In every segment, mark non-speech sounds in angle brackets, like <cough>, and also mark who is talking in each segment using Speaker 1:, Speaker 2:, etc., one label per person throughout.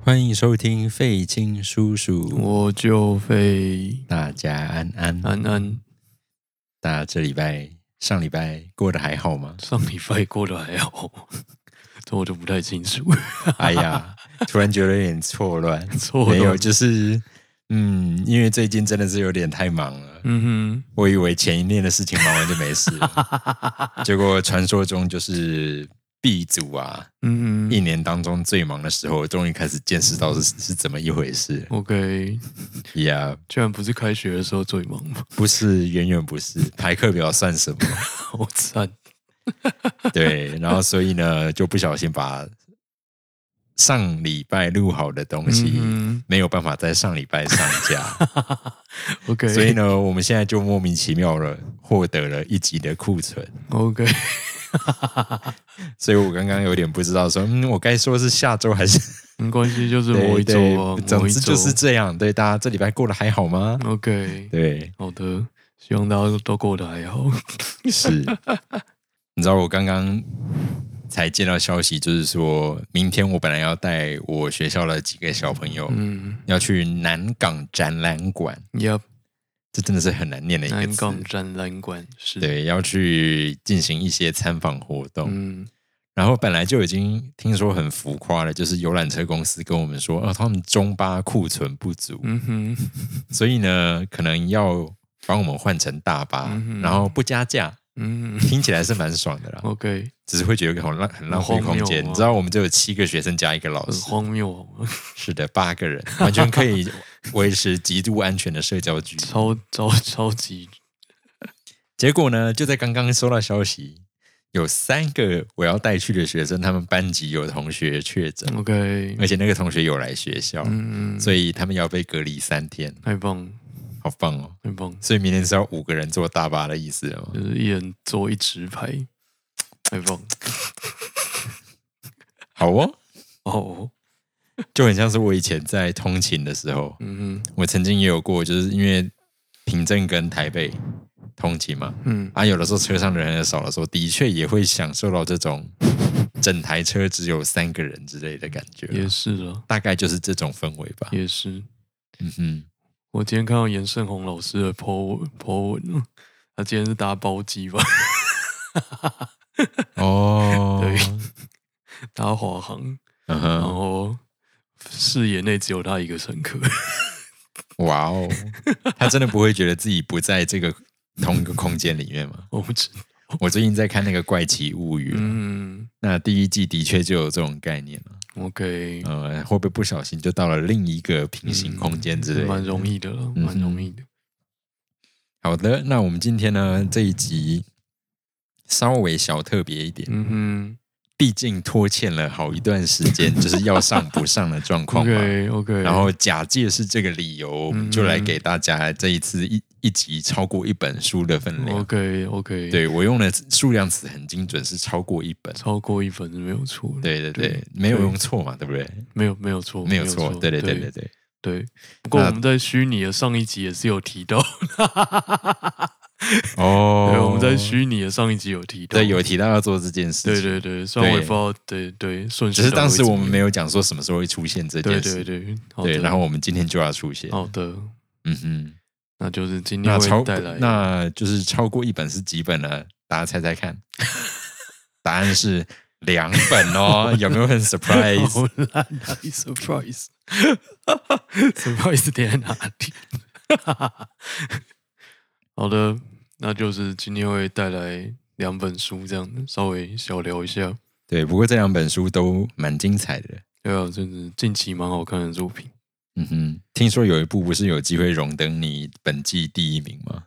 Speaker 1: 欢迎收听费青叔叔，啊
Speaker 2: 我就飞
Speaker 1: 大家安安。
Speaker 2: 安安。？
Speaker 1: 大家这礼拜、上礼拜过得还好吗 <laughs>
Speaker 2: 上礼拜过得还好，这我就不太清楚。
Speaker 1: 哎呀，突然觉得有点 <laughs> 错乱。
Speaker 2: 错
Speaker 1: 没有，
Speaker 2: 乱
Speaker 1: 就是嗯，因为最近真的是有点太忙了。
Speaker 2: 嗯
Speaker 1: 我以为前一年的事情忙完就没事了， <laughs> 结果传说中就是。B 组啊，
Speaker 2: 哼，嗯
Speaker 1: 一
Speaker 2: 哼
Speaker 1: 年当中最忙的时候，终于开始见识到是是怎么一回事。
Speaker 2: ，OK，
Speaker 1: 呀、yeah,，
Speaker 2: 居然不是开学的时候最忙吗？
Speaker 1: 不是，远远不是，排课表算什么？
Speaker 2: 好惨， <laughs>
Speaker 1: 对，然后所以呢，就不小心把上礼拜录好的东西、
Speaker 2: 嗯
Speaker 1: 没有办法在上礼拜上
Speaker 2: <laughs>
Speaker 1: 架，
Speaker 2: 哼，OK，
Speaker 1: 所以呢，我们现在就莫名其妙了获得了一集的库存，
Speaker 2: ，OK，
Speaker 1: 所以我刚刚有点不知道说，嗯，我该说是下周还是
Speaker 2: 没关系，就是
Speaker 1: 对
Speaker 2: 磨一周啊，
Speaker 1: 对，
Speaker 2: 磨
Speaker 1: 总
Speaker 2: 一
Speaker 1: 之
Speaker 2: 周
Speaker 1: 就是这样。对，大家这礼拜过得还好吗？
Speaker 2: OK，
Speaker 1: 对，
Speaker 2: 好的，希望大家都过得还好。 <laughs>
Speaker 1: 是，你知道我刚刚。才接到消息，就是说明天我本来要带我学校的几个小朋友，
Speaker 2: 嗯
Speaker 1: 要去南港展览馆，
Speaker 2: ，Yep，
Speaker 1: 这真的是很难念的一个
Speaker 2: 南港
Speaker 1: 词。
Speaker 2: 展览馆是，，
Speaker 1: 对，要去进行一些参访活动，
Speaker 2: 嗯
Speaker 1: 然后本来就已经听说很浮夸了，就是游览车公司跟我们说，哦，他们中巴库存不足，
Speaker 2: 嗯哼，
Speaker 1: 所以呢，可能要帮我们换成大巴，
Speaker 2: 嗯哼
Speaker 1: 然后不加价，
Speaker 2: 嗯
Speaker 1: 听起来是蛮爽的啦，
Speaker 2: ，OK，
Speaker 1: 只是会觉得很浪很浪费
Speaker 2: 很荒
Speaker 1: 空
Speaker 2: 谬
Speaker 1: 间。你
Speaker 2: 啊
Speaker 1: 知道，我们就有七个学生加一个老
Speaker 2: 很
Speaker 1: 师，
Speaker 2: 荒谬啊，
Speaker 1: 是的，八个人，完全可以维持极度安全的社交距离。
Speaker 2: <laughs> 超超超级
Speaker 1: 结果呢，就在刚刚收到消息，有三个我要带去的学生，他们班级有同学确诊，
Speaker 2: OK，
Speaker 1: 而且那个同学有来学校，
Speaker 2: 嗯，
Speaker 1: 所以他们要被隔离三天，
Speaker 2: 太棒
Speaker 1: 好棒哦！
Speaker 2: 太棒，
Speaker 1: 所以明天是要五个人坐大巴的意思了哦吗？
Speaker 2: 就是一人做一直牌，太棒
Speaker 1: 好哦，
Speaker 2: 哦，
Speaker 1: 就很像是我以前在通勤的时候，
Speaker 2: 嗯
Speaker 1: 我曾经也有过，就是因为平镇跟台北通勤嘛，
Speaker 2: 哼嗯
Speaker 1: 啊，有的时候车上的人很少的时候，的确也会享受到这种整台车只有三个人之类的感觉，
Speaker 2: 也是啊，
Speaker 1: 大概就是这种氛围吧。
Speaker 2: 也是。
Speaker 1: 嗯哼，
Speaker 2: 我今天看到严胜宏老师的 po 文 po 文，哦他今天是打包机吧， <laughs>
Speaker 1: <laughs> 哦
Speaker 2: 对打华航，
Speaker 1: 嗯
Speaker 2: 然
Speaker 1: 哼，
Speaker 2: 后视野内只有他一个乘客， <laughs>
Speaker 1: 哇哦， <laughs> 他真的不会觉得自己不在这个同一个空间里面 <laughs> 吗？
Speaker 2: 我不知，
Speaker 1: 我最近在看那个《怪奇物语》，啊
Speaker 2: 嗯
Speaker 1: 那第一季的确就有这种概念了。
Speaker 2: ，OK，
Speaker 1: 呃，会不会不小心就到了另一个平行空间之类
Speaker 2: 蛮
Speaker 1: 的？
Speaker 2: 容易的了，
Speaker 1: 嗯
Speaker 2: 蛮容易的，
Speaker 1: 好的，那我们今天呢这一集稍微小特别一点，
Speaker 2: 嗯
Speaker 1: 毕竟拖欠了好一段时间，就是要上不上的状
Speaker 2: 哼
Speaker 1: 况嘛。
Speaker 2: ，OK OK，
Speaker 1: 然后假借是这个理由，我
Speaker 2: 嗯
Speaker 1: 们就来给大家这一次一一集超过一本书的分量。
Speaker 2: OK OK，，
Speaker 1: 对我用的数量词很精准，是超过一本。
Speaker 2: 超过一分是没有错的，
Speaker 1: 对对对，
Speaker 2: 对
Speaker 1: 没有用错嘛，对不对？
Speaker 2: 没有没有错，
Speaker 1: 没
Speaker 2: 有
Speaker 1: 有错，对对
Speaker 2: 对
Speaker 1: 对对对。
Speaker 2: 对。不过
Speaker 1: 那
Speaker 2: 我们在虚拟的上一集也是有提到，
Speaker 1: 哦
Speaker 2: 对，我们在虚拟的上一集有提到，
Speaker 1: 对有提到要做这件事情，
Speaker 2: 对对对，虽然我也
Speaker 1: 对
Speaker 2: 不知道，对对，顺
Speaker 1: 只
Speaker 2: 序
Speaker 1: 是当时
Speaker 2: 到底
Speaker 1: 我们没
Speaker 2: 怎么样，
Speaker 1: 有讲说什么时候会出现这件
Speaker 2: 对
Speaker 1: 事。
Speaker 2: 对对，好
Speaker 1: 对
Speaker 2: 的哦
Speaker 1: 然后我们今天就要出现。
Speaker 2: 好的，
Speaker 1: 嗯哼，
Speaker 2: 那就是今天
Speaker 1: 那超
Speaker 2: 会带来 <laughs>
Speaker 1: 那就是超过一本是几本呢？大家猜猜看，答案是两本
Speaker 2: <laughs>
Speaker 1: 哦，有没有很 surprise？
Speaker 2: 好烂啊一 surprise。surprise 点在哪里？ <laughs> 好的，那就是今天会带来两本书，这样子稍微小聊一下。
Speaker 1: 对，不过这两本书都蛮精彩的。
Speaker 2: 对啊，真是近期蛮好看的作品，
Speaker 1: 嗯哼，听说有一部不是有机会荣登你本季第一名吗？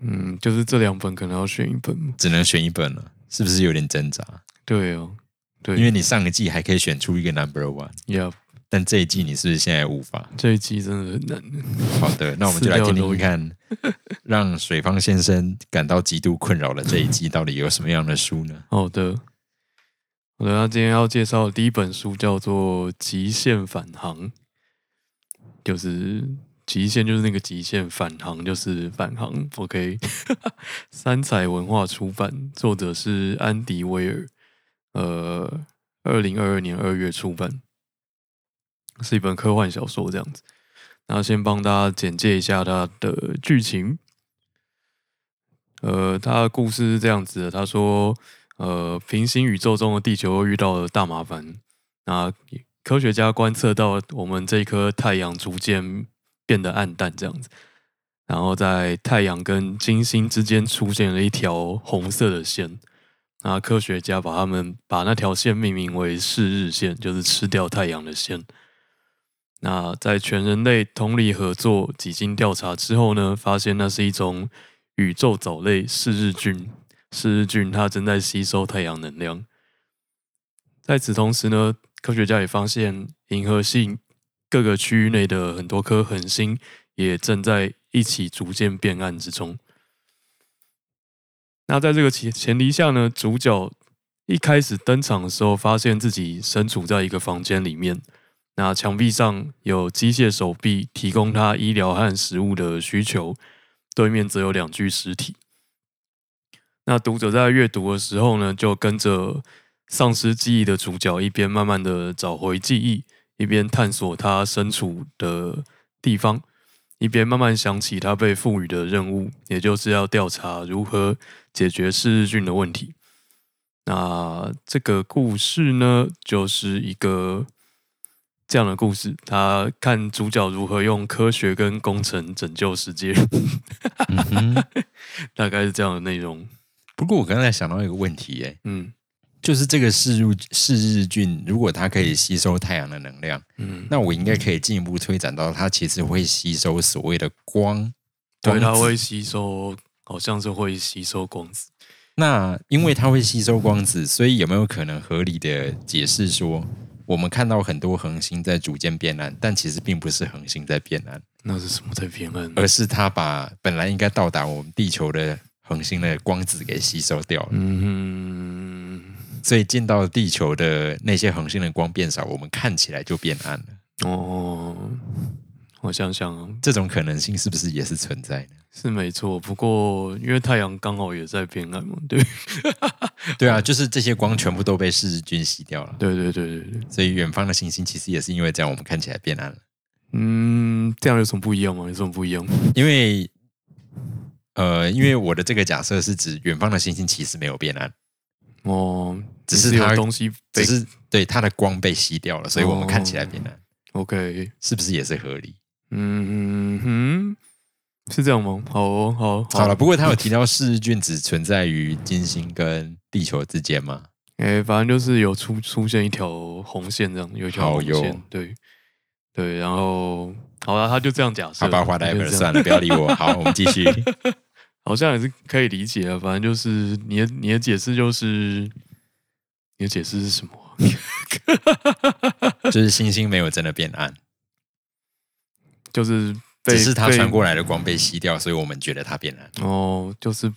Speaker 2: 嗯，就是这两本可能要选一本嘛。
Speaker 1: 只能选一本了，是不是有点挣扎？
Speaker 2: 对哦，对，
Speaker 1: 因为你上一季还可以选出一个 number one，
Speaker 2: 呀，
Speaker 1: 但这一季你是不是现在无法？
Speaker 2: 这一季真的很难。
Speaker 1: 好的，那我们就来听听看，让水方先生感到极度困扰的这一季到底有什么样的书呢？
Speaker 2: 好的，好的，那今天要介绍的第一本书叫做《极限返航》，就是极限就是那个极限，返航就是返航。OK，三彩文化出版，作者是安迪威尔，呃，二零二二年二月出版。是一本科幻小说这样子。那先帮大家简介一下它的剧情。呃，它的故事是这样子的，他说，呃，平行宇宙中的地球又遇到了大麻烦。那科学家观测到我们这颗太阳逐渐变得暗淡，这样子。然后在太阳跟金星之间出现了一条红色的线，那科学家把他们把那条线命名为视日线，就是吃掉太阳的线。那在全人类同力合作、几经调查之后呢，发现那是一种宇宙藻类视日菌。视日菌它正在吸收太阳能量。在此同时呢，科学家也发现银河系各个区域内的很多颗恒星也正在一起逐渐变暗之中。那在这个前前提下呢，主角一开始登场的时候，发现自己身处在一个房间里面，那墙壁上有机械手臂提供他医疗和食物的需求，对面则有两具尸体。那读者在阅读的时候呢，就跟着丧失记忆的主角一边慢慢的找回记忆，一边探索他身处的地方，一边慢慢想起他被赋予的任务，也就是要调查如何解决嗜日菌的问题。那这个故事呢，就是一个这样的故事，他看主角如何用科学跟工程拯救世界， <laughs>
Speaker 1: 嗯哼。
Speaker 2: 大概是这样的内容。
Speaker 1: 不过我刚才想到一个问题、耶，
Speaker 2: 嗯
Speaker 1: 就是这个视入视日菌，如果它可以吸收太阳的能量，
Speaker 2: 嗯，
Speaker 1: 那我应该可以进一步推展到它其实会吸收所谓的光。
Speaker 2: 对，
Speaker 1: 光
Speaker 2: 它
Speaker 1: 子
Speaker 2: 会吸收，好像是会吸收光子。
Speaker 1: 那因为它会吸收光子，所以有没有可能合理的解释说，我们看到很多恒星在逐渐变暗，但其实并不是恒星在变暗，
Speaker 2: 那是什么在偏暗？
Speaker 1: 而是它把本来应该到达我们地球的恒星的光子给吸收掉了，
Speaker 2: 嗯，
Speaker 1: 所以进到地球的那些恒星的光变少，我们看起来就变暗了。
Speaker 2: 哦，我想想啊，
Speaker 1: 这种可能性是不是也是存在呢？
Speaker 2: 是没错。不过因为太阳刚好也在偏暗嘛，对， <laughs>
Speaker 1: 对啊，就是这些光全部都被视日菌吸掉了，
Speaker 2: 对对对对对。
Speaker 1: 所以远方的行星其实也是因为这样，我们看起来变暗了。
Speaker 2: 嗯，这样有什么不一样吗？有什么不一样？
Speaker 1: 因为呃，因为我的这个假设是指远方的行星其实没有变暗，
Speaker 2: 哦，
Speaker 1: 只
Speaker 2: 是
Speaker 1: 是它
Speaker 2: 有东西
Speaker 1: 只
Speaker 2: 被
Speaker 1: 是对它的光被吸掉了，所以我们看起来变暗，
Speaker 2: OK。
Speaker 1: 是不是也是合理？
Speaker 2: 嗯哼，是这样吗？好哦，好哦，
Speaker 1: 好了，不过他有提到视日菌只存在于金星跟地球之间嘛？
Speaker 2: 哎、反正就是有出出现一条红线，这样有一条
Speaker 1: 好
Speaker 2: 红
Speaker 1: 哟
Speaker 2: 线，对对，然后好了，他就这样假设，
Speaker 1: 好吧
Speaker 2: 他就
Speaker 1: ，whatever，
Speaker 2: <laughs> 这样
Speaker 1: 算了，不要理我。好，我们继续。
Speaker 2: 好像也是可以理解啊。反正就是你的你的解释就是你的解释是什么啊？
Speaker 1: 就是星星没有真的变暗，
Speaker 2: 就是被
Speaker 1: 只是它
Speaker 2: 被
Speaker 1: 传过来的光被吸掉，所以我们觉得它变暗。
Speaker 2: 哦，就是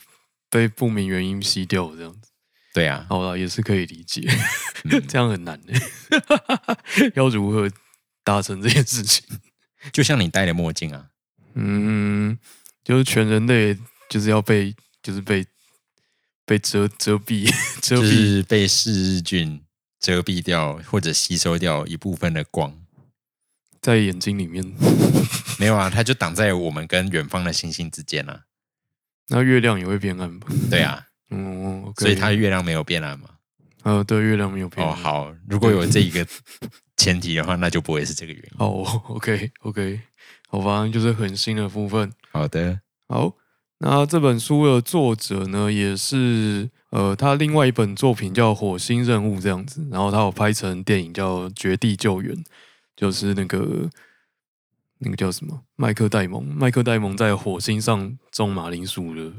Speaker 2: 被不明原因吸掉这样子。
Speaker 1: 对啊，
Speaker 2: 好了，也是可以理解， <laughs>
Speaker 1: 嗯
Speaker 2: 这样很难的， <laughs> 要如何达成这件事情？
Speaker 1: 就像你戴的墨镜啊，
Speaker 2: 嗯，就是全人类就是要被就是被被遮遮蔽 <laughs> 遮
Speaker 1: 就
Speaker 2: 蔽，
Speaker 1: 是被视日菌遮蔽掉或者吸收掉一部分的光。
Speaker 2: 在眼睛里面。
Speaker 1: 没有啊，它就挡在我们跟远方的星星之间啊。
Speaker 2: 那月亮也会变暗吧？
Speaker 1: 对啊，
Speaker 2: 嗯，
Speaker 1: 所以它月亮没有变暗嘛。
Speaker 2: 呃，对，月亮没有变
Speaker 1: 哦，
Speaker 2: 暗。
Speaker 1: 好，如果有这一个前提的话，那就不会是这个原因。
Speaker 2: 好，OK OK，好吧，就是很新的部分。
Speaker 1: 好的，
Speaker 2: 好，那这本书的作者呢，也是呃，他另外一本作品叫《火星任务》这样子，然后他有拍成电影叫《绝地救援》，就是那个那个叫什么麦克戴蒙，麦克戴蒙在火星上种马铃薯的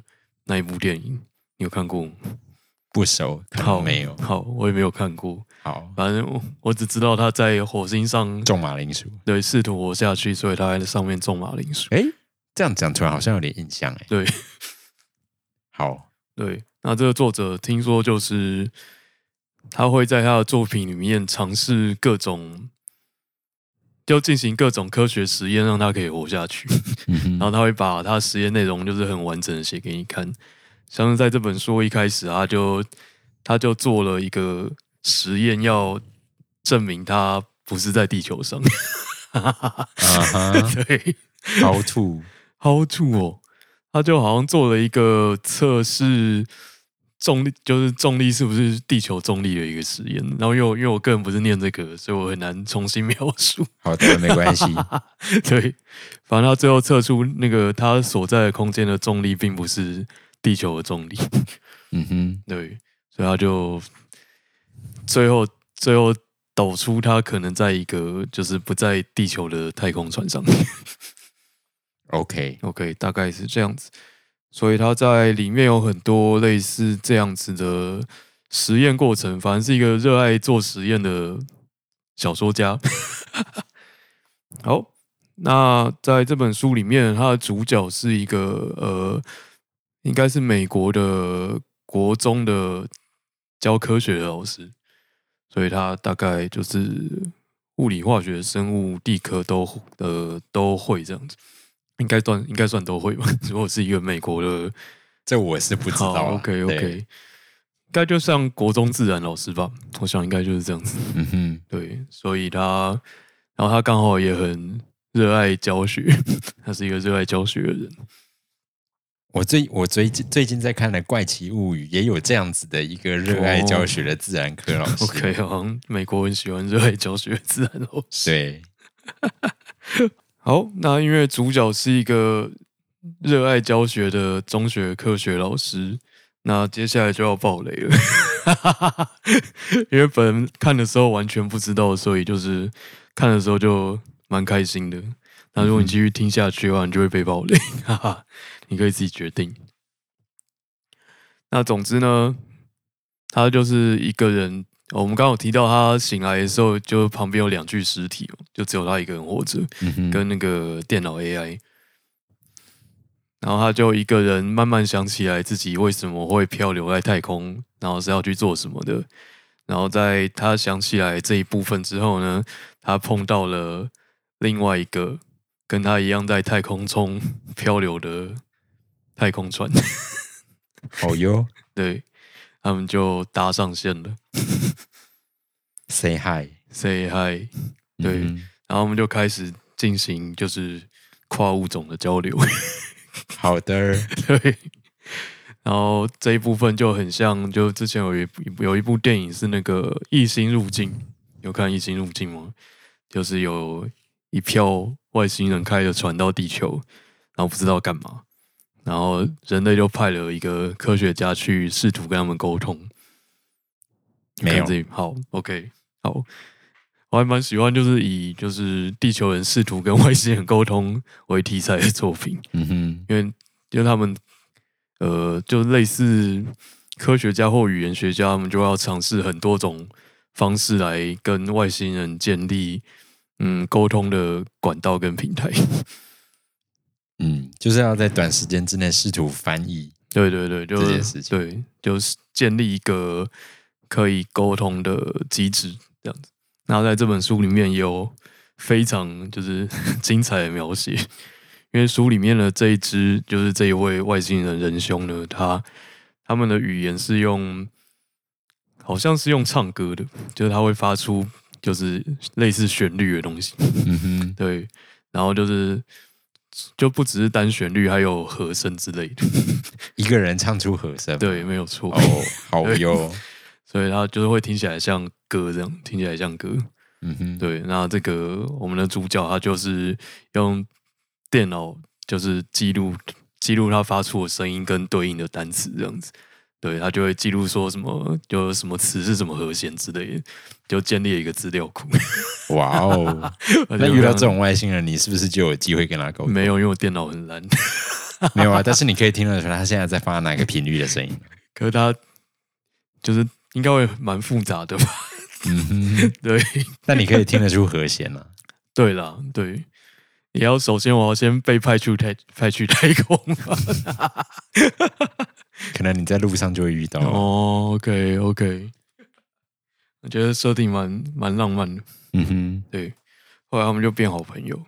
Speaker 2: 那一部电影，你有看
Speaker 1: <laughs>
Speaker 2: 过吗？
Speaker 1: 不熟，可能没有。
Speaker 2: 好，我也没有看过，
Speaker 1: 好，
Speaker 2: 反正我我只知道他在火星上
Speaker 1: 种马铃薯。
Speaker 2: 对试图活下去，所以他在上面种马铃薯。
Speaker 1: 诶，这样讲出来好像有点印象诶。
Speaker 2: 对。
Speaker 1: 好，
Speaker 2: 对，那这个作者听说就是他会在他的作品里面尝试各种，就进行各种科学实验，让他可以活下去。
Speaker 1: 嗯哼，
Speaker 2: 然后他会把他实验内容就是很完整的写给你看。像是在这本书一开始啊，他就他就做了一个实验，要证明他不是在地球上。 <laughs>
Speaker 1: 啊哈
Speaker 2: 对
Speaker 1: <laughs> ，How to？
Speaker 2: ，How to 哦，他就好像做了一个测试重力，就是重力是不是地球重力的一个实验。然后因为我因为我个人不是念这个，所以我很难重新描述。 <laughs>
Speaker 1: 好的，没关 <laughs> 系。
Speaker 2: 对，反正他最后测出那个他所在的空间的重力并不是地球的重力， <laughs>
Speaker 1: 嗯哼，
Speaker 2: 对，所以他就最后最后抖出他可能在一个就是不在地球的太空船上。
Speaker 1: OK，
Speaker 2: OK，大概是这样子。所以它在里面有很多类似这样子的实验过程，反正是一个热爱做实验的小说家。 <laughs> 好，那在这本书里面，它的主角是一个呃，应该是美国的国中的教科学的老师，所以他大概就是物理、化学、生物、地科都呃都会这样子。应该算应该算都会吧。 <laughs> 如果是一个美国的，
Speaker 1: 这我是不知道
Speaker 2: 好
Speaker 1: 啊。
Speaker 2: OK
Speaker 1: 对
Speaker 2: OK，应该就像国中自然老师吧，我想应该就是这样子。
Speaker 1: 嗯哼，
Speaker 2: 对，所以他，然后他刚好也很热爱教学， <laughs> 他是一个热爱教学的人。
Speaker 1: 我最我最近最近在看的《怪奇物语》，也有这样子的一个热爱教学的自然科老师。
Speaker 2: OK，好像美国很喜欢热爱教学的自然老师。
Speaker 1: 对，
Speaker 2: 好，那因为主角是一个热爱教学的中学科学老师，那接下来就要爆雷了， <laughs> 因为本人看的时候完全不知道，所以就是看的时候就蛮开心的。那如果你继续听下去的话，你就会被爆雷， <laughs> 哈哈，你可以自己决定。那总之呢，他就是一个人。哦我们刚刚有提到，他醒来的时候，就旁边有两具尸体哦，就只有他一个人活着。
Speaker 1: 嗯哼，
Speaker 2: 跟那个电脑 AI，然后他就一个人慢慢想起来自己为什么会漂流在太空，然后是要去做什么的。然后在他想起来这一部分之后呢，他碰到了另外一个跟他一样在太空中 <laughs> 漂流的太空船，
Speaker 1: 好哟
Speaker 2: 对他们就搭上线了
Speaker 1: ，Say hi。
Speaker 2: ，say hi，对
Speaker 1: 嗯哼
Speaker 2: 然后我们就开始进行就是跨物种的交流。 <laughs>
Speaker 1: 好的，
Speaker 2: 对，然后这一部分就很像，就之前有一部有一部电影是那个《异星入境》，有看《异星入境》吗？就是有一票外星人开着船到地球，然后不知道干嘛，然后人类就派了一个科学家去试图跟他们沟通。
Speaker 1: 没有
Speaker 2: 看这一好，OK，好，我还蛮喜欢，就是以就是地球人试图跟外星人沟通为题材的作品。
Speaker 1: 嗯哼，
Speaker 2: 因为因为他们呃，就类似科学家或语言学家，他们就要尝试很多种方式来跟外星人建立嗯沟通的管道跟平台。
Speaker 1: 嗯，就是要在短时间之内试图翻译。
Speaker 2: 对对对，就
Speaker 1: 这件事情
Speaker 2: 对，就是建立一个可以沟通的机制，这样子。那在这本书里面也有非常就是 <laughs> 精彩的描写，因为书里面的这一只就是这一位外星人仁兄呢，他他们的语言是用好像是用唱歌的，就是他会发出就是类似旋律的东西，
Speaker 1: 嗯哼，
Speaker 2: 对，然后就是就不只是单旋律，还有和声之类的。
Speaker 1: 一个人唱出和声。，
Speaker 2: 对，没有错。
Speaker 1: 哦，好哟。
Speaker 2: 所以它就是会听起来像歌这样，听起来像歌。
Speaker 1: 嗯哼，
Speaker 2: 对，那这个我们的主角他就是用电脑就是记录记录他发出的声音跟对应的单词这样子。对，他就会记录说什么，就什么词是什么和弦之类的，就建立了一个资料库。 <laughs>
Speaker 1: 哇 <laughs> 哦。那遇到这种外星人，你是不是就有机会跟他沟通？
Speaker 2: 没有，因为我电脑很烂。
Speaker 1: <laughs> 没有啊，但是你可以听得出来他现在在发哪个频率的
Speaker 2: <laughs>
Speaker 1: 声音。
Speaker 2: 可是他就是应该会蛮复杂的吧？ <laughs>
Speaker 1: 嗯哼，
Speaker 2: 对，
Speaker 1: 但你可以听得出和弦啊。
Speaker 2: 对啦，对，也要首先我要先被派去太派去太空吧。
Speaker 1: 可能你在路上就会遇到。
Speaker 2: 哦，OK OK，我觉得设定蛮蛮浪漫的。
Speaker 1: 嗯哼，
Speaker 2: 对，后来他们就变好朋友。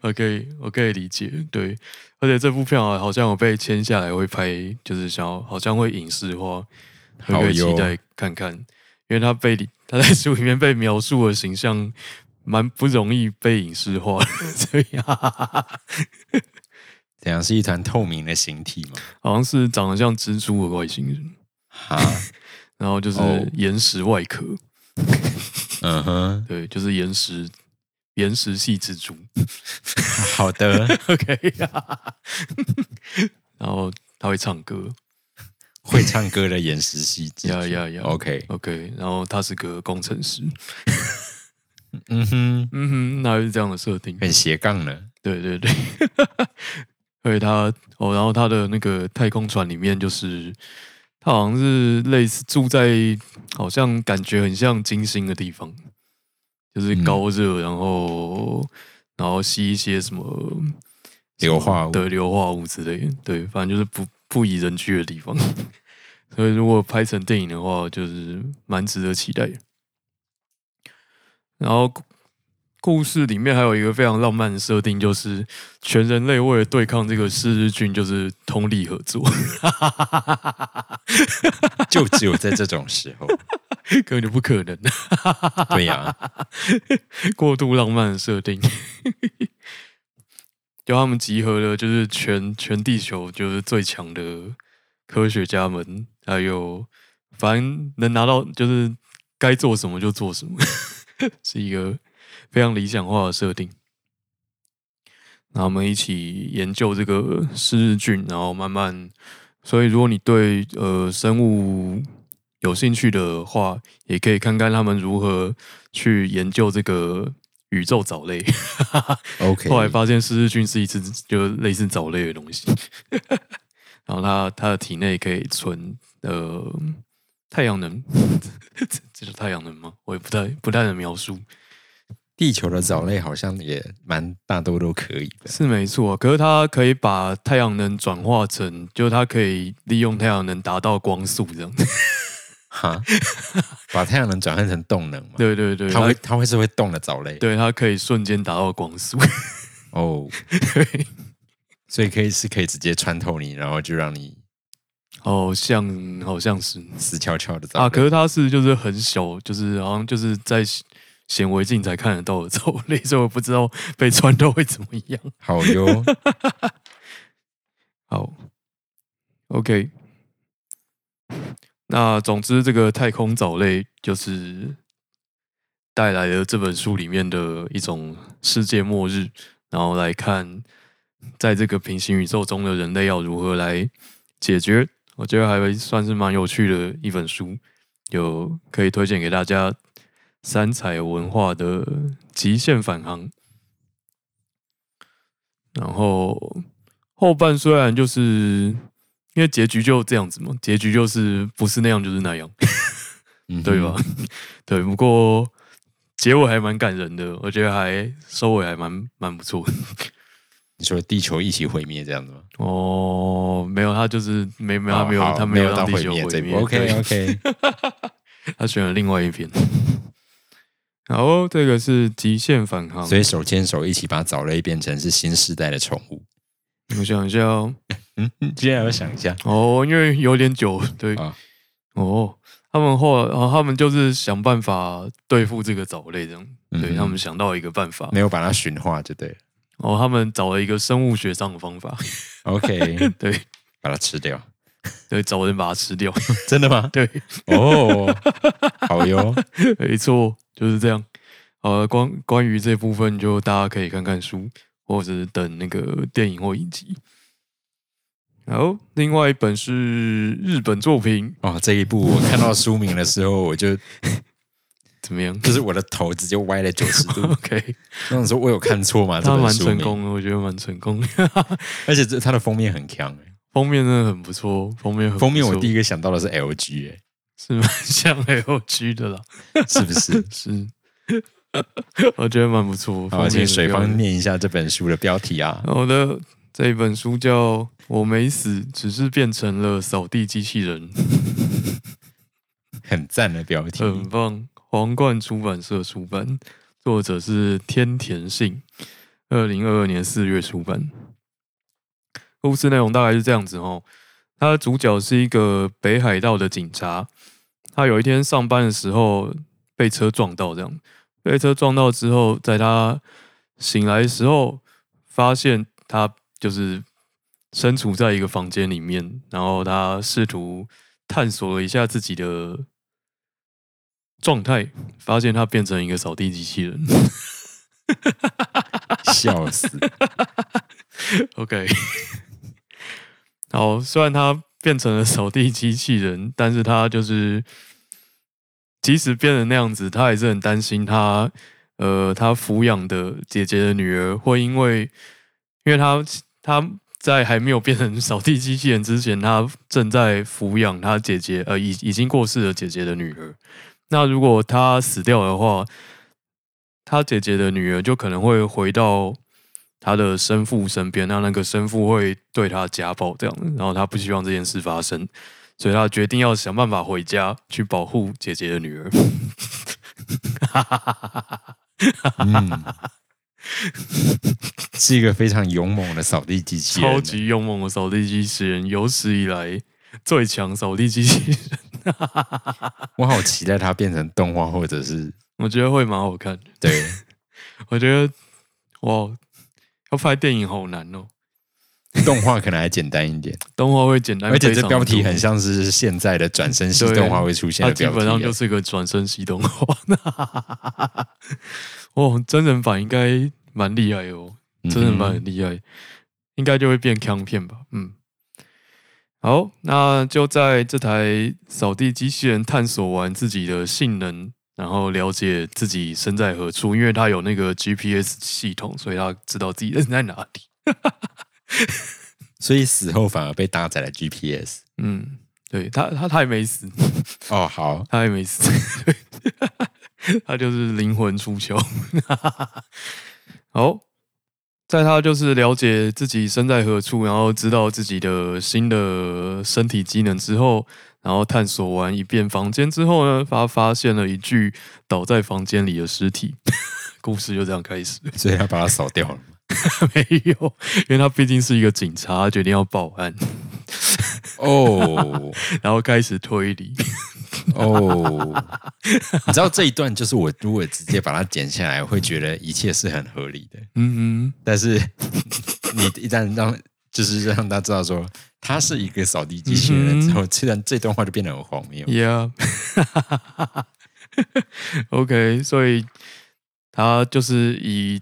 Speaker 2: 我可以，我可以理解，对，而且这部片啊好好像有被签下来会拍，就是想要好像会影视化，我
Speaker 1: 好
Speaker 2: 可以期
Speaker 1: 哟。
Speaker 2: 待看看，因为他被里他在书里面被描述的形象蛮不容易被影视化的，所以 <laughs> 哈哈哈哈
Speaker 1: 怎样是一团透明的形体嘛？
Speaker 2: 好像是长得像蜘蛛的外星人，
Speaker 1: 哈，
Speaker 2: 然后就是
Speaker 1: 哦
Speaker 2: 岩石外壳，
Speaker 1: 嗯
Speaker 2: <laughs>
Speaker 1: 哼，
Speaker 2: 对，就是岩石岩石系蜘蛛。
Speaker 1: 好的，
Speaker 2: OK，然后他会唱歌，
Speaker 1: 会唱歌的岩石系蜘蛛
Speaker 2: 呀呀呀
Speaker 1: OK，
Speaker 2: OK，然后他是个工程师，
Speaker 1: 嗯哼，哎
Speaker 2: 嗯哼，那就是这样的设定，
Speaker 1: 很斜杠呢。
Speaker 2: 对对 <laughs> 对，所以他哦，然后他的那个太空船里面就是他好像是类似住在，好像感觉很像金星的地方，就是
Speaker 1: 嗯
Speaker 2: 高热，然后然后吸一些什么
Speaker 1: 硫化物
Speaker 2: 对硫化物之类的，对，反正就是不不宜人居的地方。 <laughs> 所以如果拍成电影的话，就是蛮值得期待的。然后故故事里面还有一个非常浪漫的设定，就是全人类为了对抗这个四日菌，就是通力合作， <laughs>
Speaker 1: 就只有在这种时
Speaker 2: <laughs>
Speaker 1: 候，
Speaker 2: 根本就不可能。
Speaker 1: 对呀、
Speaker 2: 过度浪漫的设定。 <laughs> 就他们集合了，就是全全地球就是最强的科学家们，还有反正能拿到就是该做什么就做什么，是一个非常理想化的设定。那我们一起研究这个湿日菌，然后慢慢。所以，如果你对呃生物有兴趣的话，也可以看看他们如何去研究这个宇宙藻类。
Speaker 1: o k
Speaker 2: 后来发现湿日菌是一只就类似藻类的东西，然后它它的体内可以存呃太阳能， <laughs> 这这这是太阳能吗？我也不太不太能描述，
Speaker 1: 地球的藻类好像也蛮大多都可以的。
Speaker 2: 是没错。可是它可以把太阳能转化成，就它可以利用太阳能达到光速这样。 <laughs>
Speaker 1: 哈，把太阳能转换成动能嘛？
Speaker 2: 对对对，
Speaker 1: 它会
Speaker 2: 它
Speaker 1: 它会是会动的藻类。
Speaker 2: 对它可以瞬间达到光速。 <laughs>
Speaker 1: 哦， <laughs> 所以可以是可以直接穿透你，然后就让你
Speaker 2: 好像好像是
Speaker 1: 死翘翘的藻类。
Speaker 2: 啊，可是它是就是很小，就是好像就是在显显微镜才看得到的藻类， <laughs> 所以我不知道被穿透会怎么样。
Speaker 1: 好
Speaker 2: <laughs>
Speaker 1: 哟，
Speaker 2: 好，OK。那总之，这个太空藻类就是带来了这本书里面的一种世界末日，然后来看在这个平行宇宙中的人类要如何来解决。我觉得还算是蛮有趣的一本书，有可以推荐给大家。三彩文化的《极限返航》，然后后半虽然就是因为结局就这样子嘛，结局就是不是那样就是
Speaker 1: <laughs>
Speaker 2: 那样，
Speaker 1: 嗯哼
Speaker 2: 对吧？？对，不过结尾还蛮感人的，我觉得还收尾还蛮蛮不错
Speaker 1: <laughs>
Speaker 2: 的。
Speaker 1: 你说地球一起毁灭这样子吗？
Speaker 2: 哦，没有，他就是没没有
Speaker 1: 哦
Speaker 2: 他没有
Speaker 1: 好
Speaker 2: 他
Speaker 1: 没
Speaker 2: 有
Speaker 1: 到
Speaker 2: 让地
Speaker 1: 毁
Speaker 2: 球
Speaker 1: 灭这
Speaker 2: 毁
Speaker 1: 一步
Speaker 2: 灭。
Speaker 1: OK
Speaker 2: 对 <laughs>
Speaker 1: OK，
Speaker 2: 他选了另外一篇。好哦，这个是《极限返航》。
Speaker 1: 所以手牵手一起把藻类变成是新时代的宠物。
Speaker 2: 我想一下哦，
Speaker 1: 嗯，接下来我想一下
Speaker 2: 哦，因为有点久，对，
Speaker 1: 啊，
Speaker 2: 哦，他们后来，然后他们就是想办法对付这个藻类，这样，
Speaker 1: 嗯
Speaker 2: 对他们想到一个办法，
Speaker 1: 没有把它驯化就对了。
Speaker 2: 然后他们找了一个生物学上的方法， <laughs>
Speaker 1: OK，
Speaker 2: 对
Speaker 1: 把它吃掉，
Speaker 2: 对，找人把它吃掉， <laughs>
Speaker 1: 真的吗？
Speaker 2: 对，
Speaker 1: 哦，好哟，
Speaker 2: 没错，就是这样。呃，关关于这部分，就大家可以看看书，或者是等那个电影或影集。好，另外一本是日本作品，
Speaker 1: 哦，这一部我看到书名的时候，我就
Speaker 2: 怎么样 <laughs>
Speaker 1: 就是我的头直接歪了九十度。
Speaker 2: ？OK，
Speaker 1: 那你说我有看错吗？这
Speaker 2: 它
Speaker 1: 本
Speaker 2: 蛮
Speaker 1: 书
Speaker 2: 成
Speaker 1: 名，
Speaker 2: 功的，我觉得蛮成功的。
Speaker 1: 而且这它的封面很强、欸。
Speaker 2: 封面真的很不错，哦封面很不
Speaker 1: 封面我
Speaker 2: 错
Speaker 1: 第一个想到的是 LG，、欸、
Speaker 2: 是蛮像 L G 的啦，
Speaker 1: 是不是？
Speaker 2: <laughs>
Speaker 1: <laughs>
Speaker 2: 是，我觉得蛮不错。
Speaker 1: 好，请水
Speaker 2: 方
Speaker 1: 方念一下这本书的标题啊。
Speaker 2: 好的，这一本书叫《我没死，只是变成了扫地机器人》，
Speaker 1: 很赞的标题。
Speaker 2: 很棒，皇冠出版社出版，作者是天田信，二零二二年四月出版。故事内容大概是这样子哦，他的主角是一个北海道的警察，他有一天上班的时候被车撞到，这样被车撞到之后，在他醒来的时候，发现他就是身处在一个房间里面，然后他试图探索了一下自己的状态，发现他变成一个扫地机器人。 <laughs>
Speaker 1: 笑死！
Speaker 2: OK，好，虽然他变成了扫地机器人，但是他就是，即使变成那样子，他还是很担心他，呃，他抚养的姐姐的女儿会因为，因为他他在还没有变成扫地机器人之前，他正在抚养他姐姐，呃，已已经过世的姐姐的女儿。那如果他死掉的话，他姐姐的女儿就可能会回到他的生父身边，那那个生父会对他家暴这样，然后他不希望这件事发生，所以他决定要想办法回家去保护姐姐的女儿。 <laughs>
Speaker 1: 嗯，是一个非常勇猛的扫地机器人，欸
Speaker 2: 超级勇猛的扫地机器人，有史以来最强扫地机器人， <laughs>
Speaker 1: 我好期待它变成动画或者是
Speaker 2: 我觉得会蛮好看的。
Speaker 1: 对， <laughs>
Speaker 2: 我觉得哇，要拍电影好难哦，
Speaker 1: 动画可能还简单一点，
Speaker 2: 动画会简单，
Speaker 1: 而且这标题很。像是现在的转身系动画会出现
Speaker 2: 它
Speaker 1: 的
Speaker 2: 基
Speaker 1: 标题耶，欸
Speaker 2: 本上就是个转身系动画。 <laughs> 哦，真人版应该蛮厉害的哦，真人版
Speaker 1: 嗯
Speaker 2: 很厉害，应该就会变康片吧？嗯，好，那就在这台扫地机器人探索完自己的性能，然后了解自己身在何处，因为它有那个 GPS 系统，所以它知道自己人在哪里。
Speaker 1: 所以死后反而被搭载了 GPS。
Speaker 2: 嗯，对，它它它也没死，
Speaker 1: 哦，好，
Speaker 2: 他也没死， <laughs> 他就是灵魂出窍。好，在他就是了解自己身在何处，然后知道自己的新的身体机能之后，然后探索完一遍房间之后呢，他发现了一具倒在房间里的尸体。故事就这样开始， <laughs>
Speaker 1: 所以他把它扫掉了。
Speaker 2: 没有，因为他毕竟是一个警察，他决定要报案，
Speaker 1: 哦
Speaker 2: 然后开始推理。
Speaker 1: 哦， <laughs> 你知道这一段就是我如果直接把它剪下来，会觉得一切是很合理的。
Speaker 2: 嗯
Speaker 1: 但 <laughs> 是你一旦让就是让大家知道说他是一个扫地机器人之后，虽然这段话就变得很荒谬。
Speaker 2: Yeah. <laughs> OK，所以他就是以，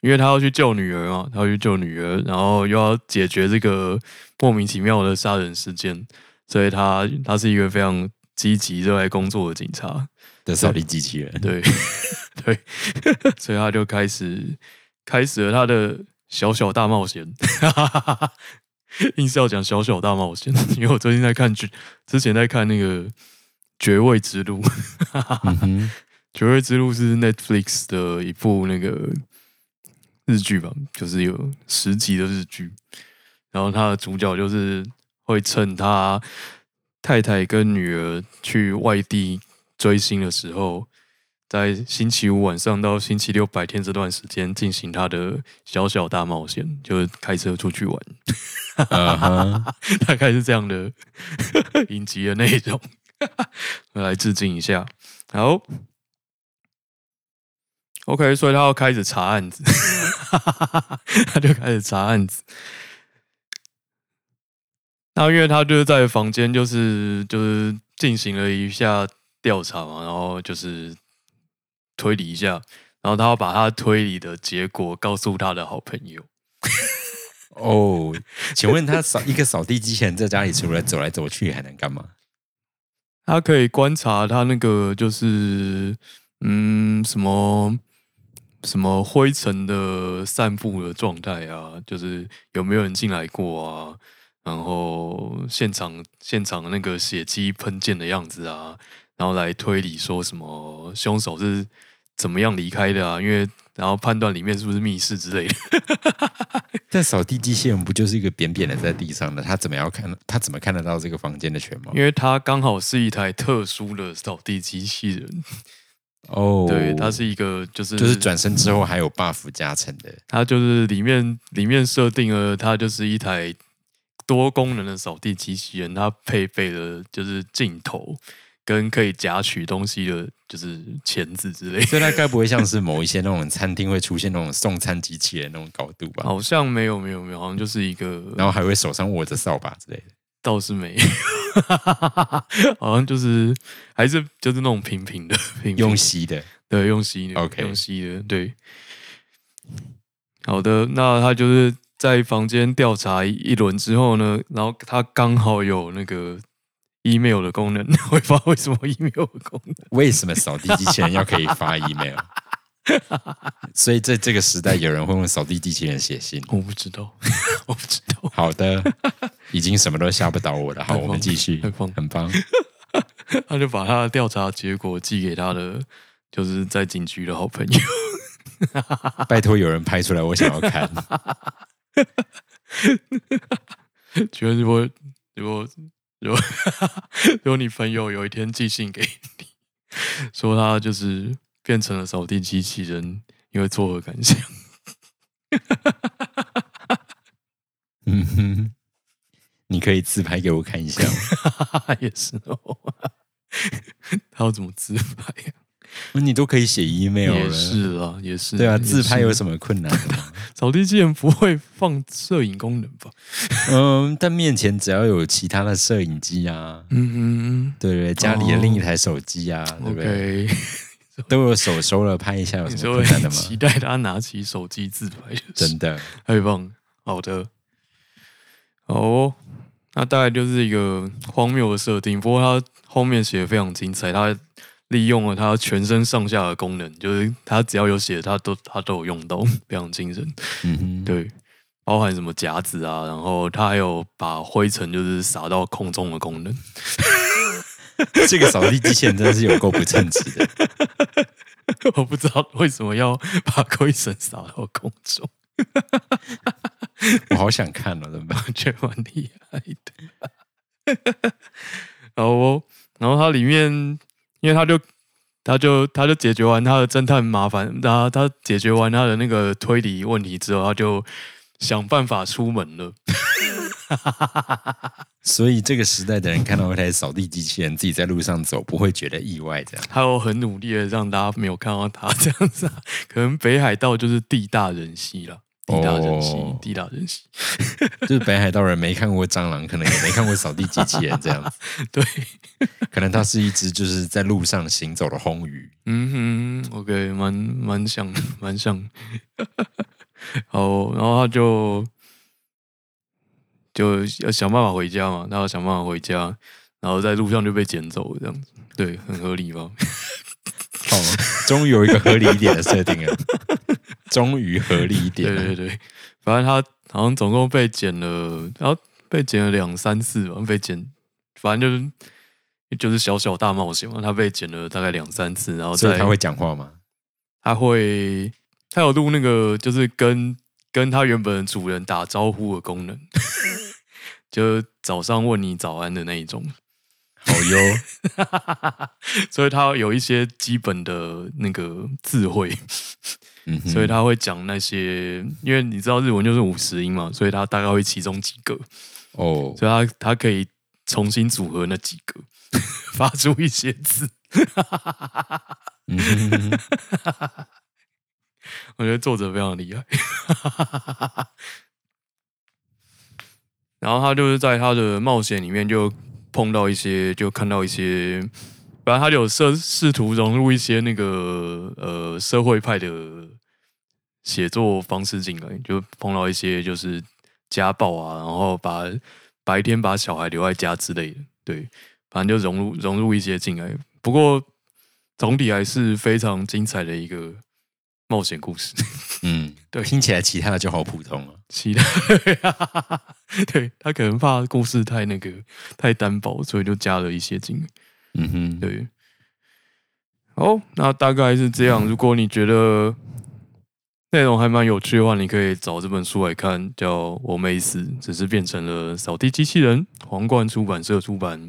Speaker 2: 因为他要去救女儿嘛，他要去救女儿，然后又要解决这个莫名其妙的杀人事件，所以他他是一个非常积极热爱工作的警察。
Speaker 1: 的扫地机器人，
Speaker 2: 对 <laughs> 对，所以他就开始开始了他的小小大冒险， <laughs> 硬是要讲小小大冒险，因为我最近在看绝，之前在看那个《绝味之路》，《
Speaker 1: 嗯哼，
Speaker 2: 绝味之路》是 Netflix 的一部那个日剧吧，就是有十集的日剧，然后他的主角就是会趁他太太跟女儿去外地追星的时候，在星期五晚上到星期六白天这段时间进行他的小小大冒险，就是开车出去玩，
Speaker 1: 嗯 <laughs> 哼，
Speaker 2: 大概是这样的影集的内容，我来致敬一下。好，OK，所以他要开始查案子，他就开始查案子。那因为他就是在房间，就是就是进行了一下调查嘛，然后就是推理一下，然后他要把他推理的结果告诉他的好朋友。
Speaker 1: 哦，请问他扫一个扫地机器人在家里除了走来走去还能干嘛？
Speaker 2: 他可以观察他那个就是嗯什么什么灰尘的散布的状态啊，就是有没有人进来过啊，然后现场现场那个血迹喷溅的样子啊，然后来推理说什么凶手是怎么样离开的啊，因为然后判断里面是不是密室之类的。 <laughs>
Speaker 1: 但扫地机器人不就是一个扁扁的在地上的？他怎么要看？他怎么看得到这个房间的全貌？
Speaker 2: 因为它刚好是一台特殊的扫地机器人，
Speaker 1: 哦，
Speaker 2: 对，它是一个就是
Speaker 1: 就是转身之后还有 buff 加成的，
Speaker 2: 它就是里面里面设定了，它就是一台多功能的扫地机器人，它配备了就是镜头跟可以夹取东西的，就是钳子之类的，
Speaker 1: 所以它该不会像是某一些那种餐厅会出现那种送餐机器人那种高度吧？
Speaker 2: 好像没有没有没有，好像就是一个，
Speaker 1: 然后还会手上握着扫把之类的。
Speaker 2: 倒是没有， <laughs> 好像就是还是就是那种平平的平平的
Speaker 1: 用吸的，
Speaker 2: 对，用吸的
Speaker 1: OK
Speaker 2: 用吸的，对。好的，那他就是在房间调查一一轮之后呢，然后他刚好有那个 email 的功能， <laughs> 我也不知道为什么 email 的功能，
Speaker 1: 为什么扫地机器人要可以发
Speaker 2: <laughs>
Speaker 1: email？所以在这个时代，有人会用扫地机器人写信。
Speaker 2: 我不知道，我不知道。
Speaker 1: 好的，已经什么都吓不倒我了。好，
Speaker 2: 很棒
Speaker 1: 我们继续
Speaker 2: 很棒，
Speaker 1: 很棒。
Speaker 2: 他就把他的调查结果寄给他的，就是在警局的好朋友。
Speaker 1: 拜托有人拍出来，我想要看。
Speaker 2: 觉得如果如果如果 <laughs> 如果你朋友有一天寄信给你，说他就是变成了扫地机器人，你会作何感想？ <laughs>
Speaker 1: 嗯哼，你可以自拍给我看一下吗。 <laughs>
Speaker 2: 也是哦，他要怎么自拍呀、
Speaker 1: 你都可以写 email 了。
Speaker 2: 也是啦，也是。
Speaker 1: 对啊，
Speaker 2: 也是
Speaker 1: 自拍有什么困
Speaker 2: <laughs>
Speaker 1: 难的吗？
Speaker 2: 扫地机器人不会放摄影功能吧？
Speaker 1: 嗯，但面前只要有其他的摄影机啊，
Speaker 2: 嗯嗯
Speaker 1: 对不对？家里的另一台手机啊，
Speaker 2: 嗯
Speaker 1: 对不对？
Speaker 2: ，OK。
Speaker 1: 都有手收了，拍一下有什
Speaker 2: 你就
Speaker 1: 么困难的
Speaker 2: 会 <laughs>
Speaker 1: 吗？
Speaker 2: 期待他拿起手机自拍，就是
Speaker 1: 真的，
Speaker 2: 太棒了，好的，好哦，那大概就是一个荒谬的设定，不过它后面写的非常精彩，它利用了它全身上下的功能，就是它只要有写，它都它都有用到，非常精神。
Speaker 1: 嗯哼，
Speaker 2: 对，包含什么夹子啊，然后它还有把灰尘就是撒到空中的功能， <laughs>
Speaker 1: 这个扫地机器人真的是有够不称职
Speaker 2: <laughs>
Speaker 1: 的。
Speaker 2: 我不知道为什么要把灰尘撒到空中，
Speaker 1: 我好想看哦了，怎么办？
Speaker 2: 我觉得蛮厉害的。 <laughs> 然后哦，然后它里面，因为他就他就他就解决完他的侦探麻烦，他他解决完他的那个推理问题之后，他就想办法出门了。
Speaker 1: 所以这个时代的人看到一台扫地机器人自己在路上走，不会觉得意外，这样
Speaker 2: 他有很努力的让大家没有看到他这样子、啊，可能北海道就是地大人稀了。地大人稀
Speaker 1: 哦
Speaker 2: 地大人稀， <laughs>
Speaker 1: 就是北海道人没看过蟑螂，可能也没看过扫地机器人这
Speaker 2: <laughs>
Speaker 1: 样子。
Speaker 2: 对，
Speaker 1: 可能它是一只就是在路上行走的红鱼。
Speaker 2: 嗯哼，OK，蛮蛮像， <laughs> 蛮像。好，然后他就就要想办法回家嘛，他要想办法回家，然后在路上就被捡走了，这样子，对，很合
Speaker 1: <laughs>
Speaker 2: 理吧？
Speaker 1: 哦，终于有一个合理一点的设定
Speaker 2: <laughs>
Speaker 1: 了，终于合理一点
Speaker 2: 对
Speaker 1: 了。
Speaker 2: 对对，反正他好像总共被捡了，然后被捡了两三次吧，被捡，反正就是就是小小大冒险嘛，他被捡了大概两三次，然后
Speaker 1: 所以
Speaker 2: 再
Speaker 1: 他会讲话吗？
Speaker 2: 他会他有录那个就是跟跟他原本的主人打招呼的功能， <laughs> 就是早上问你早安的那一种，
Speaker 1: 好哟，
Speaker 2: 所以他有一些基本的那个智慧，
Speaker 1: <laughs> 嗯哼，
Speaker 2: 所以他会讲那些，因为你知道日文就是五十音嘛，所以他大概会其中几个，
Speaker 1: 哦，
Speaker 2: 所以他他可以重新组合那几个， <laughs> 发出一些字，
Speaker 1: 嗯哼
Speaker 2: 我觉得作者非常厉害。然后他就是在他的冒险里面就碰到一些，就看到一些，反正他就有试试图融入一些那个呃社会派的写作方式进来，就碰到一些就是家暴啊，然后把白天把小孩留在家之类的，对，反正就融入融入一些进来。不过总体还是非常精彩的一个冒险故事。 <laughs>
Speaker 1: 嗯，
Speaker 2: 对
Speaker 1: 听起来其他的就好普通哦。
Speaker 2: 期待，对啊 <laughs> 对他可能怕故事太那个太单薄，所以就加了一些进来。
Speaker 1: 嗯哼，
Speaker 2: 对，好，那大概是这样。如果你觉得内容还蛮有趣的话，你可以找这本书来看，叫《我没死，只是变成了扫地机器人》，皇冠出版社出版，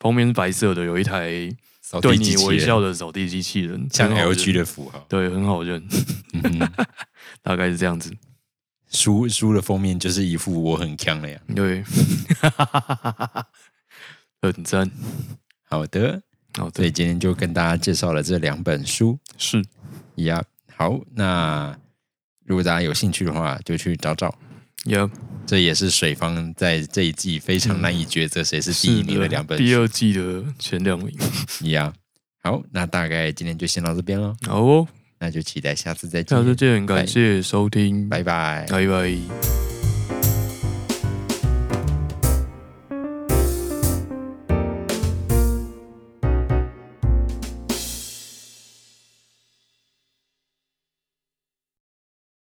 Speaker 2: 封面是白色的，有一台
Speaker 1: 扫
Speaker 2: 对
Speaker 1: 地机
Speaker 2: 你
Speaker 1: 器
Speaker 2: 微笑
Speaker 1: 人
Speaker 2: 的扫地机器人，
Speaker 1: 像
Speaker 2: 很好
Speaker 1: LG
Speaker 2: 认
Speaker 1: 的符号，
Speaker 2: 对，很好认，
Speaker 1: 嗯哼，
Speaker 2: <laughs> 大概是这样子。
Speaker 1: 书书的封面就是一副我很强了呀。
Speaker 2: <laughs> 对，很赞。
Speaker 1: 好的，
Speaker 2: 哦，
Speaker 1: 所以
Speaker 2: 对，
Speaker 1: 今天就跟大家介绍了这两本书。
Speaker 2: 是，
Speaker 1: 呀、好，那如果大家有兴趣的话，就去找找。
Speaker 2: 也、yeah,
Speaker 1: 这也是水方在这一季非
Speaker 2: 嗯
Speaker 1: 常难以抉择谁是第一名的两本
Speaker 2: 第
Speaker 1: 书
Speaker 2: 二季的前两名。
Speaker 1: 呀。好，那大概今天就先到这边了，
Speaker 2: 好哦，
Speaker 1: 那就期待下次再见
Speaker 2: 下，次见，
Speaker 1: 拜
Speaker 2: 感谢收听，
Speaker 1: 拜拜。
Speaker 2: 拜拜